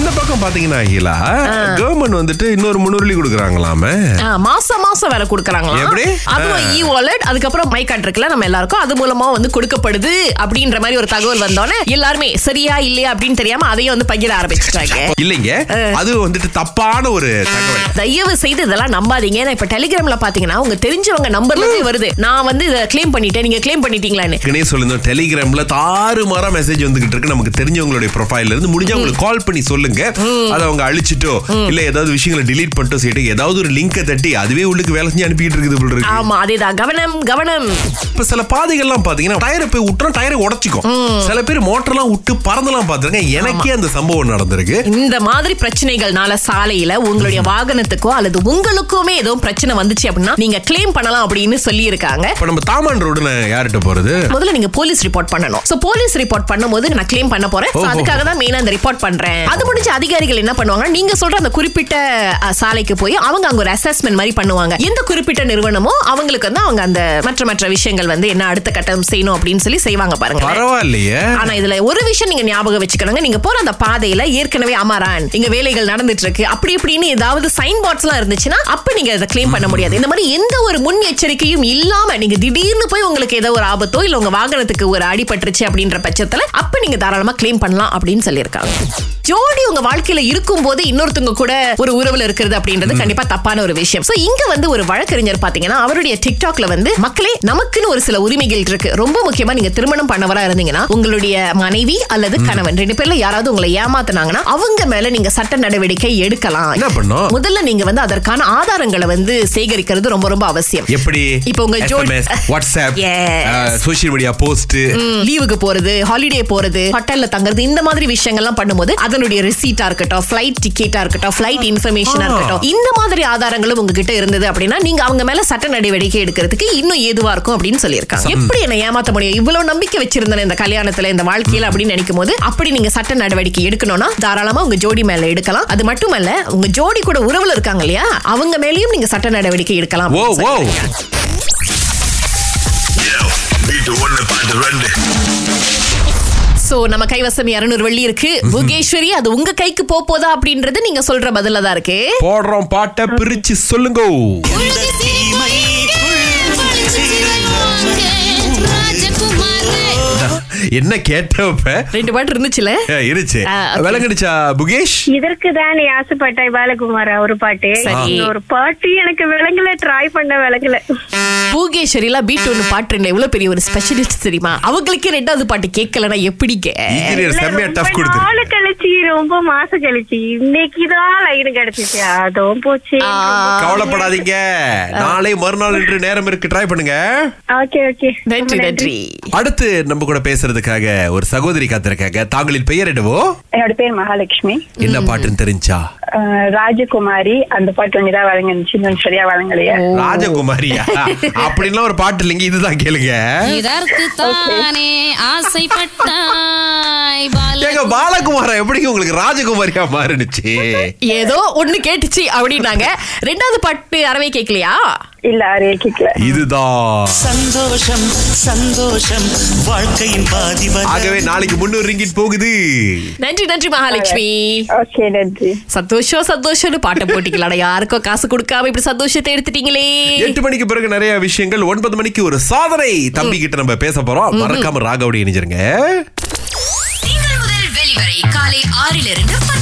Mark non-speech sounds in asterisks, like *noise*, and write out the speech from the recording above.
எல்லாம் பாத்தீங்கன்னா அகிலா கவர்மெண்ட் வந்துட்டு இன்னொரு முன்னுரிமை கொடுக்குறாங்களாமே ஆ, மாசம் மாசம் வேற கொடுக்கறாங்களா எப்படி? அதுவும் இ வாலெட் அதுக்கப்புறம் மை கார்டு இருக்குல்ல நம்ம எல்லாருக்கும் அது மூலமா வந்து கொடுக்கப்படுது அப்படின்ற மாதிரி ஒரு தகவல் வந்தோடனே எல்லாருமே சரியா இல்லையா அப்படின்னு தெரியாம அதையும் வந்து பகிர ஆரம்பிச்சிட்டாங்க இல்லைங்க அது வந்துட்டு தப்பான ஒரு தகவல் தயவு செய்து இதெல்லாம் நம்பாதீங்க ஏன்னா இப்ப டெலிகிராம்ல பாத்தீங்கன்னா உங்க தெரிஞ்சவங்க நம்பர்ல இருந்தே வருது நான் வந்து இதை க்ளைம் பண்ணிட்டேன் நீங்க க்ளைம் பண்ணிட்டீங்களான்னு ஏற்கனவே சொல்லியிருந்தோம் டெலிகிராம்ல தாறுமாறா மெசேஜ் வந்துகிட்டு இருக்கு நமக்கு தெரிஞ்சவங்களுடைய ப்ரொஃபைல்ல இருந்து முடிஞ்சா உங்களுக்கு கால் பண்ணி சொல்லுங்க அதை அவங்க அழிச்சிட்டோ இல்ல ஏதாவது விஷயங்களை delete பண்ணிட்டோ சொல்லிட்டு ஏதாவது ஒரு லிங்கை தட்டி அதுவே உள்ளுக்கு வேலை செஞ்சு அனுப்பிட்டு இருக்குது போல இருக்கு ஆமா அதேதான் கவனம் கவனம் இப்ப சில பாதைகள்லாம் பாத்தீங்கன்னா டயரை போய் விட்டுறோம் டயரை உடச்சிக்கும் சில பேர் மோட்டர்லாம் விட்டு பறந்தெல்லாம் பாத்துருக்கேன் எனக்கே அந்த சம்பவம் நடந்திருக்கு இந்த மாதிரி பிரச்சனைகள்னால சாலையில உங்களுடைய வாகனத்துக்கோ அல்லது உங்களுக்குமே ஏதோ பிரச்சனை வந்துச்சு அப்படின்னா நீங்க க்ளைம் பண்ணலாம் அப்படின்னு சொல்லி இருக்காங்க இப்ப நம்ம தாமான் ரோடு நான் யார்கிட்ட போறது முதல்ல நீங்க போலீஸ் ரிப்போர்ட் பண்ணணும் சோ போலீஸ் ரிப்போர்ட் பண்ணும்போது நான் க்ளைம் பண்ண போறேன் So, ஓஹோ. அதுக்காக தான் மெயினா அந்த ரிப்போர்ட் பண்றேன் அது முடிஞ்சு அதிகாரிகள் என்ன பண்ணுவாங்க நீங்க சொல்ற அந்த குறிப்பிட்ட அஹ், சாலைக்கு போய் அவங்க அங்க ஒரு அசஸ்மெண்ட் மாதிரி பண்ணுவாங்க எந்த குறிப்பிட்ட நிறுவனமோ அவங்களுக்கு வந்து அவங்க அந்த மற்ற மற்ற விஷயங்கள் வந்து என்ன அடுத்த கட்டம் செய்யணும் அப்படின்னு சொல்லி செய்வாங்க பாருங்க பரவாயில்லையே ஆனா இதுல ஒரு விஷயம் நீங்க ஞாபகம் வச்சுக்கணுங்க நீங்க போற அந்த பாதையில ஏற்கனவே அமரான் இங்க வேலைகள் நடந்துட்டு இருக்கு அப்படி இப்படின்னு ஏதாவது சைன் போர்ட்ஸ் எல்லாம் இருந்துச்சுன்னா அப்ப நீங்க அதை கிளைம் பண்ண முடியாது இந்த மாதிரி எந்த ஒரு முன் எச்சரிக்கையும் இல்லாம நீங்க திடீர்னு போய் உங்களுக்கு ஏதோ ஒரு ஆபத்தோ இல்ல உங்க வாகனத்துக்கு ஒரு அடிபட்டுருச்சு அப்படின்ற பட்சத்துல அப்ப நீங்க தாராளமா கிளைம் பண்ணலாம் அப்படின்னு சொல்லியிருக்காங்க ஜோடி உங்க வாழ்க்கையில இருக்கும் போது இன்னொருத்தவங்க கூட ஒரு உறவுல இருக்கிறது அப்படின்றது கண்டிப்பா தப்பான ஒரு விஷயம் சோ இங்க வந்து ஒரு வழக்கறிஞர் பாத்தீங்கன்னா அவருடைய டிக்டாக்ல வந்து மக்களே நமக்குன்னு ஒரு சில உரிமைகள் இருக்கு ரொம்ப முக்கியமா நீங்க திருமணம் பண்ணவரா இருந்தீங்கன்னா உங்களுடைய மனைவி அல்லது கணவன் ரெண்டு பேர்ல யாராவது உங்களை ஏமாத்துனாங்கன்னா அவங்க மேல நீங்க சட்ட நடவடிக்கை எடுக்கலாம் என்ன பண்ணோம் முதல்ல நீங்க வந்து அதற்கான ஆதாரங்களை வந்து சேகரிக்கிறது ரொம்ப ரொம்ப அவசியம் எப்படி இப்ப உங்க ஜோடி- SMS, WhatsApp Yes. Social media post லீவுக்கு போறது ஹாலிடே போறது ஹோட்டல்ல தங்குறது இந்த மாதிரி விஷயங்கள்லாம் பண்ணும்போது அதனுடைய ரிசீட்டா இருக்கட்டும் ஃபிளைட் டிக்கெட்டா இருக்கட்டும் ஃபிளைட் இன்ஃபர்மேஷனா ஆ. இருக்கட்டும் இந்த மாதிரி ஆதாரங்களும் உங்ககிட்ட இருந்தது அப்படின்னா நீங்க அவங்க மேல சட்ட நடவடிக்கை எடுக்கிறதுக்கு இன்னும் ஏதுவா இருக்கும் அப்படின்னு சொல்லியிருக்காங்க எப்படி என்ன ஏமாத்த முடியும் இவ்வளவு நம்பிக்கை வச்சிருந்தேன் இந்த கல்யாணத்துல இந்த வாழ்க்கையில அப்படின்னு நினைக்கும் போது அப்படி நீங்க சட்ட நடவடிக்கை எடுக்கணும்னா தாராளமா உங்க ஜோடி மேல எடுக்கலாம் அது மட்டுமல்ல உங்க ஜோடி கூட உறவுல இருக்காங்க இல்லையா அவங்க மேலயும் நீங்க சட்ட நடவடிக்கை எடுக்கலாம் ஓ அப்படின்னு ஓ சொல்லியிருக்காங்க. வீட்டு ஒண்ணு பாட்டு ரெண்டு சோ நம்ம கைவசம் இருநூறு வெள்ளி இருக்கு புகேஸ்வரி அது உங்க கைக்கு போப் போதா அப்படின்றது நீங்க சொல்ற பதில தான் இருக்கு போடுறோம் பாட்டை பிரிச்சு சொல்லுங்க ராஜகுமாரே என்ன கேட்டப்ப ரெண்டு பாட்டு இருந்துச்சுல அஹ், இருச்சு ஆ, okay. விளங்கடிச்சா புகேஷ் இதற்கு தான் நீ ஆசைப்பட்டாய் பாலகுமாரா ஒரு பாட்டு சரி. இந்த ஒரு பாட்டு எனக்கு விளங்கல ட்ரை பண்ண விளங்கல புகேஸ்வரில பீட் ஒன்னு பாட்டு ரெண்டு எவ்வளவு பெரிய ஒரு ஸ்பெஷலிஸ்ட் தெரியுமா அவங்களுக்கே ரெண்டாவது பாட்டு கேட்கலனா எப்படிங்க இன்ஜினியர் செம்மையா டஃப் ரொம்ப கொடுத்துரு நாள் கழிச்சு ரொம்ப மாசம் கழிச்சு இன்னைக்குதான் லைன் கிடைச்சிச்சு அதுவும் போச்சு ஆ. கவலைப்படாதீங்க நாளை மறுநாள் என்று நேரம் இருக்கு ட்ரை பண்ணுங்க ஓகே ஓகே நன்றி நன்றி அடுத்து நம்ம கூட பேசுறதுக்காக ஒரு சகோதரி காத்திருக்காங்க தாங்களின் பெயர் என்னவோ என்னோட பேர் மகாலட்சுமி என்ன பாட்டுன்னு தெரிஞ்சா அஹ் ராஜகுமாரி அந்த பாட்டு ஒன்று தான் வழங்கிச்சு இன்னும் சரியா வழங்கலையா ராஜகுமாரியா அப்படின்லாம் ஒரு பாட்டு இல்லைங்க இதுதான் கேளுங்க *laughs* இதற்கு தானே ஆசைப்பட்டாய் பால ஏங்க பாலகுமாரா எப்படிங்க உங்களுக்கு ராஜகுமாரியா மாறிடுச்சு ஏதோ ஒண்ணு கேட்டுச்சு அப்படின்னாங்க ரெண்டாவது பாட்டு அறவே கேட்கலையா இல்ல அரே கேட்கல இதுதான் சந்தோஷம் சந்தோஷம் வாழ்க்கையின் பாதி வரை- ஆகவே நாளைக்கு முன்னூறு ரிங்கிட் போகுது நன்றி நன்றி மகாலட்சுமி ஓகே நன்றி சந்தோஷம் சந்தோஷம்னு பாட்டை போட்டிக்கலாடா யாருக்கோ காசு கொடுக்காம இப்படி சந்தோஷத்தை எடுத்துட்டீங்களே எட்டு மணிக்கு பிறகு நிறைய விஷயங்கள் ஒன்பது மணிக்கு ஒரு சாதனை தம்பி கிட்ட நம்ம பேச போறோம் மறக்காம ராகவோட இணைஞ்சிருங்க திங்கள் முதல் வெளிவரை காலை ஆறிலிருந்து பத்து